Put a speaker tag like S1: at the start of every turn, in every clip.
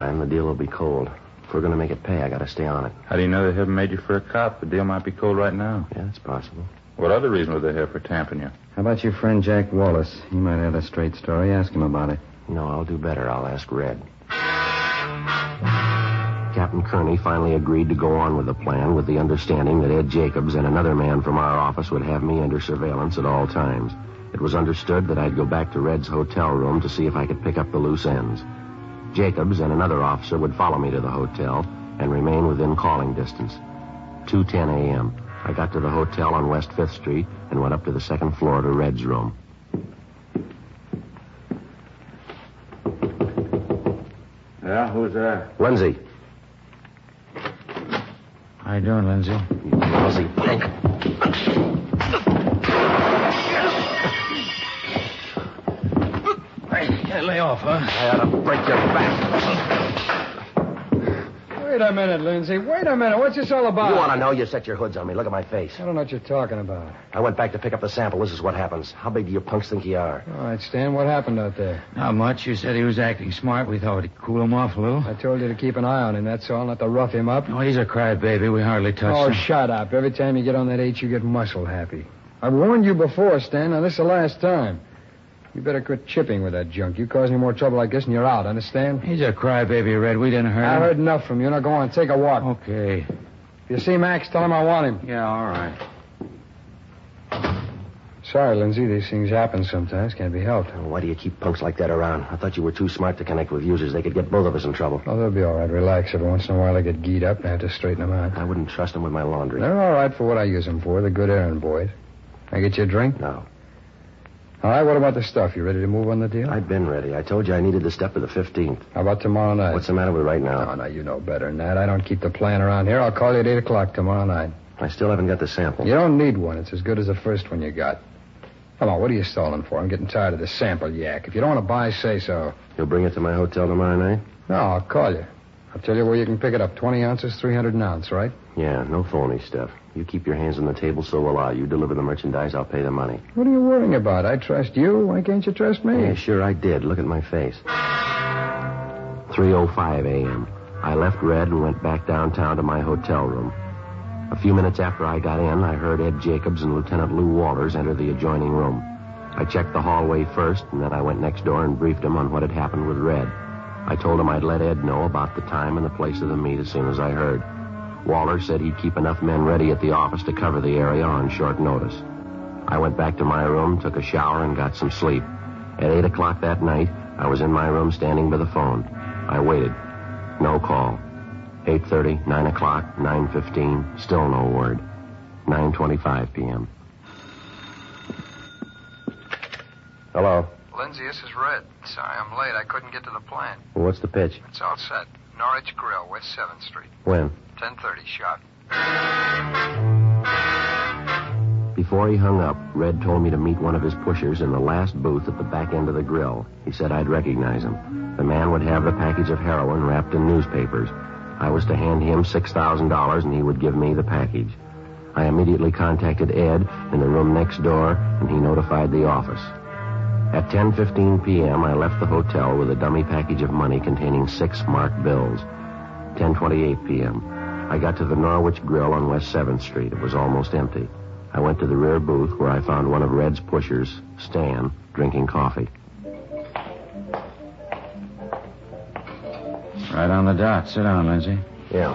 S1: time, the deal will be cold. If we're going to make it pay, I got to stay on it.
S2: How do you know they haven't made you for a cop? The deal might be cold right now.
S1: Yeah, it's possible.
S2: What other reason would they have for tamping you?
S3: How about your friend Jack Wallace? He might have a straight story. Ask him about it.
S1: No, I'll do better. I'll ask Red. Captain Kearney finally agreed to go on with the plan with the understanding that Ed Jacobs and another man from our office would have me under surveillance at all times. It was understood that I'd go back to Red's hotel room to see if I could pick up the loose ends. Jacobs and another officer would follow me to the hotel and remain within calling distance. 2:10 a.m. I got to the hotel on West 5th Street and went up to the second floor to Red's room.
S4: Yeah, who's there?
S1: Lindsay.
S3: How you doing, Lindsay?
S1: You lousy punk.
S3: Can't lay off, huh?
S1: I ought to break your back.
S3: Wait a minute, Lindsay. Wait a minute. What's this all about?
S1: You ought to know you set your hoods on me. Look at my face.
S3: I don't know what you're talking about.
S1: I went back to pick up the sample. This is what happens. How big do you punks think you are?
S3: All right, Stan, what happened out there?
S5: Not much. You said he was acting smart. We thought we'd cool him off a little.
S3: I told you to keep an eye on him, that's all, not to rough him up.
S5: Oh, he's a crybaby. We hardly touched
S3: oh,
S5: him.
S3: shut up. Every time you get on that H, you get muscle happy. I've warned you before, Stan. Now, this is the last time. You better quit chipping with that junk. You cause any more trouble like this and you're out, understand?
S5: He's a crybaby, Red. We didn't hurt
S3: I
S5: him.
S3: heard enough from you. Now go on, take a walk.
S5: Okay.
S3: If you see Max, tell him I want him.
S5: Yeah, all right.
S3: Sorry, Lindsay, these things happen sometimes. Can't be helped.
S1: Oh, Why do you keep punks like that around? I thought you were too smart to connect with users. They could get both of us in trouble.
S3: Oh, they'll be all right. Relax. Every once in a while, they get geed up and I have to straighten them out.
S1: I wouldn't trust them with my laundry.
S3: They're all right for what I use them for. They're good errand boys. I get you a drink?
S1: No.
S3: All right, what about the stuff? You ready to move on the deal?
S1: I've been ready. I told you I needed the step of the 15th.
S3: How about tomorrow night?
S1: What's the matter with right now?
S3: No, no, you know better than that. I don't keep the plan around here. I'll call you at 8 o'clock tomorrow night.
S1: I still haven't got the sample.
S3: You don't need one. It's as good as the first one you got. Come on, what are you stalling for? I'm getting tired of this sample yak. If you don't want to buy, say so.
S1: You'll bring it to my hotel tomorrow night?
S3: No, I'll call you. I'll tell you where you can pick it up. 20 ounces, 300 an ounce, right?
S1: Yeah, no phony stuff. You keep your hands on the table, so will I. You deliver the merchandise, I'll pay the money.
S3: What are you worrying about? I trust you. Why can't you trust me?
S1: Yeah, sure, I did. Look at my face. 3.05 a.m. I left Red and went back downtown to my hotel room. A few minutes after I got in, I heard Ed Jacobs and Lieutenant Lou Walters enter the adjoining room. I checked the hallway first, and then I went next door and briefed him on what had happened with Red. I told him I'd let Ed know about the time and the place of the meet as soon as I heard. Waller said he'd keep enough men ready at the office to cover the area on short notice. I went back to my room, took a shower, and got some sleep. At 8 o'clock that night, I was in my room standing by the phone. I waited. No call. 8.30, 9 o'clock, 9.15, still no word. 9.25 p.m. Hello.
S6: Lindsay, this is Red. Sorry I'm late. I couldn't get to the plant.
S1: Well, what's the pitch?
S6: It's all set. Norwich Grill, West 7th Street.
S1: When?
S6: 10.30 sharp.
S1: Before he hung up, Red told me to meet one of his pushers in the last booth at the back end of the grill. He said I'd recognize him. The man would have the package of heroin wrapped in newspapers. I was to hand him $6,000 and he would give me the package. I immediately contacted Ed in the room next door and he notified the office. At 10:15 p.m., I left the hotel with a dummy package of money containing 6 marked bills. 10:28 p.m. I got to the Norwich Grill on West 7th Street. It was almost empty. I went to the rear booth where I found one of Red's pushers, Stan, drinking coffee.
S5: Right on the dot. Sit down, Lindsay.
S1: Yeah,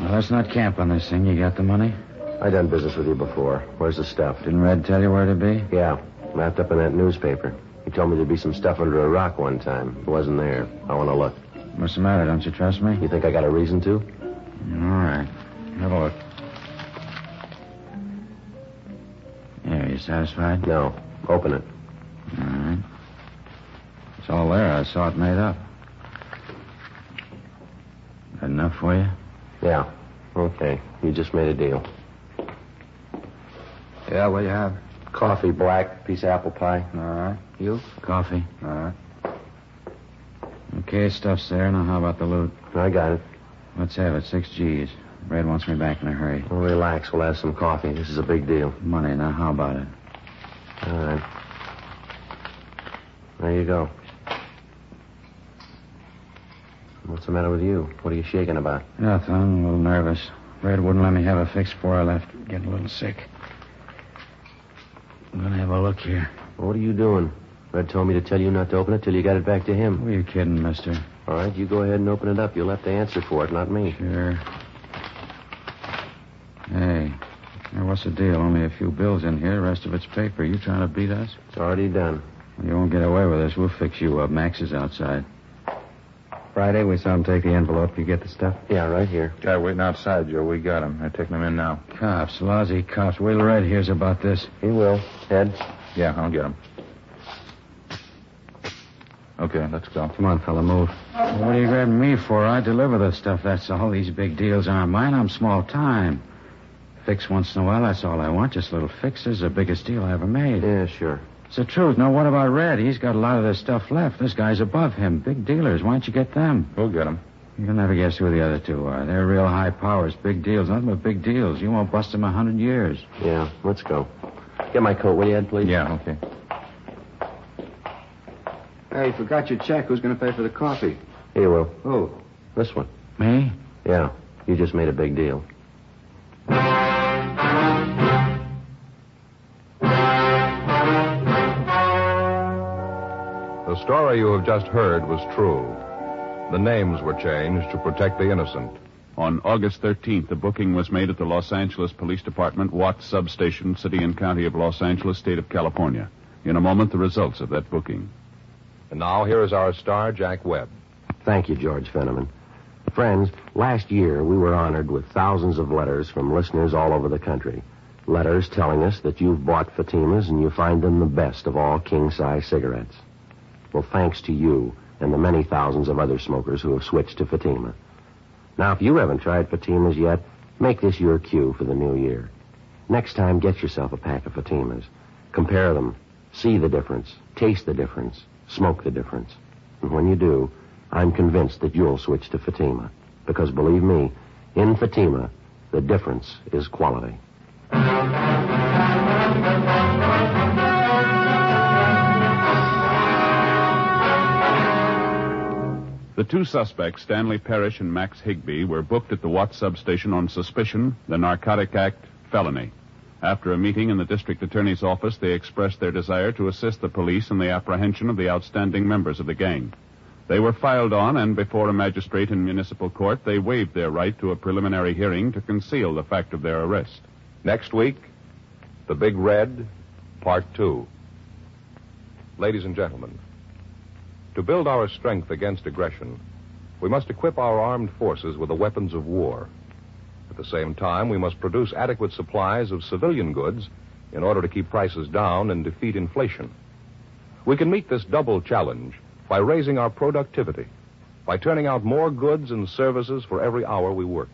S5: Now, let's not camp on this thing. You got the money?
S1: I done business with you before. Where's the stuff?
S5: Didn't Red tell you where to be?
S1: Yeah, wrapped up in that newspaper. He told me there'd be some stuff under a rock one time. It wasn't there. I want to look.
S5: What's the matter? Don't you trust me?
S1: You think I got a reason to?
S5: All right. Have a look. Yeah, you satisfied?
S1: No. Open it.
S5: All right. It's all there. I saw it made up. That enough for you?
S1: Yeah. Okay. You just made a deal.
S3: Yeah, what do you have?
S1: Coffee black, piece of apple pie.
S5: All right.
S3: You?
S5: Coffee?
S3: All right.
S5: Okay, stuff's there. Now, how about the loot?
S1: I got it.
S5: Let's have it. Six G's. Red wants me back in a hurry.
S1: Well, relax. We'll have some coffee. This is a big deal.
S5: Money. Now, how about it?
S1: All right. There you go. What's the matter with you? What are you shaking about?
S5: Nothing. I'm a little nervous. Red wouldn't let me have a fix before I left. Getting a little sick. I'm gonna have a look here.
S1: What are you doing? Red told me to tell you not to open it till you got it back to him.
S5: Who are you kidding, mister?
S1: All right, you go ahead and open it up. You'll have to answer for it, not me.
S5: Sure. Hey. Now, what's the deal? Only a few bills in here. The rest of it's paper. You trying to beat us?
S1: It's already done.
S5: You won't get away with us. We'll fix you up. Max is outside.
S7: Friday, we saw him take the envelope. You get the stuff?
S1: Yeah, right here.
S2: Guy waiting outside, Joe. We got him. They're taking him in now.
S5: Cops, lousy cops. Wait till Red hears about this.
S1: He will. Ed?
S2: Yeah, I'll get him. Okay, let's go.
S7: Come on, fella, move.
S5: What are you grabbing me for? I deliver the stuff, that's all. These big deals aren't mine. I'm small time. Fix once in a while, that's all I want. Just little fixes. The biggest deal I ever made.
S1: Yeah, sure.
S5: It's the truth. Now, what about Red? He's got a lot of this stuff left. This guy's above him. Big dealers. Why don't you get them?
S2: We'll get him.
S5: You'll never guess who the other two are. They're real high powers. Big deals. Nothing but big deals. You won't bust them a hundred years.
S1: Yeah, let's go. Get my coat, will you, Ed, please?
S2: Yeah, okay.
S7: Hey, you forgot your check. Who's going to pay for the coffee?
S1: Here, Will.
S7: Oh,
S1: This one.
S5: Me?
S1: Yeah, you just made a big deal.
S8: The story you have just heard was true. The names were changed to protect the innocent.
S9: On August 13th, a booking was made at the Los Angeles Police Department, Watts Substation, City and County of Los Angeles, State of California. In a moment, the results of that booking.
S8: And now here is our star, Jack Webb.
S1: Thank you, George Fenneman. Friends, last year we were honored with thousands of letters from listeners all over the country. Letters telling us that you've bought Fatimas and you find them the best of all king size cigarettes. Well, thanks to you and the many thousands of other smokers who have switched to Fatima. Now, if you haven't tried Fatimas yet, make this your cue for the new year. Next time, get yourself a pack of Fatimas. Compare them. See the difference. Taste the difference. Smoke the difference. And when you do, I'm convinced that you'll switch to Fatima. Because believe me, in Fatima, the difference is quality.
S9: The two suspects, Stanley Parrish and Max Higby, were booked at the Watts substation on suspicion, the Narcotic Act felony. After a meeting in the district attorney's office, they expressed their desire to assist the police in the apprehension of the outstanding members of the gang. They were filed on, and before a magistrate in municipal court, they waived their right to a preliminary hearing to conceal the fact of their arrest.
S8: Next week, The Big Red, Part 2. Ladies and gentlemen, to build our strength against aggression, we must equip our armed forces with the weapons of war. At the same time, we must produce adequate supplies of civilian goods in order to keep prices down and defeat inflation. We can meet this double challenge by raising our productivity, by turning out more goods and services for every hour we work,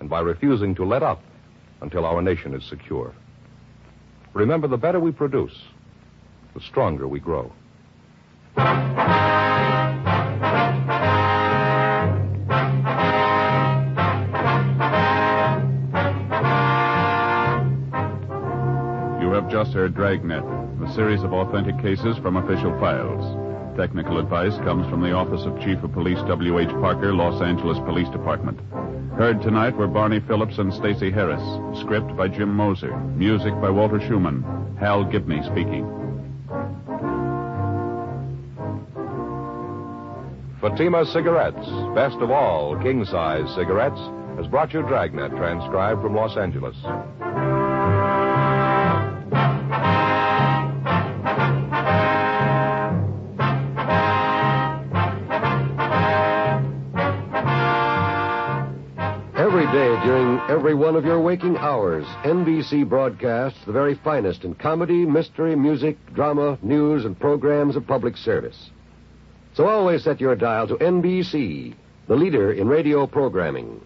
S8: and by refusing to let up until our nation is secure. Remember, the better we produce, the stronger we grow.
S9: You have just heard Dragnet, a series of authentic cases from official files. Technical advice comes from the Office of Chief of Police W.H. Parker, Los Angeles Police Department. Heard tonight were Barney Phillips and Stacy Harris. Script by Jim Moser. Music by Walter Schumann. Hal Gibney speaking.
S8: Fatima Cigarettes, best of all king size cigarettes, has brought you Dragnet, transcribed from Los Angeles.
S10: Every day during every one of your waking hours, NBC broadcasts the very finest in comedy, mystery, music, drama, news, and programs of public service. So always set your dial to NBC, the leader in radio programming.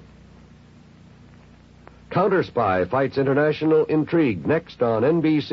S10: Counter Spy Fights International Intrigue next on NBC.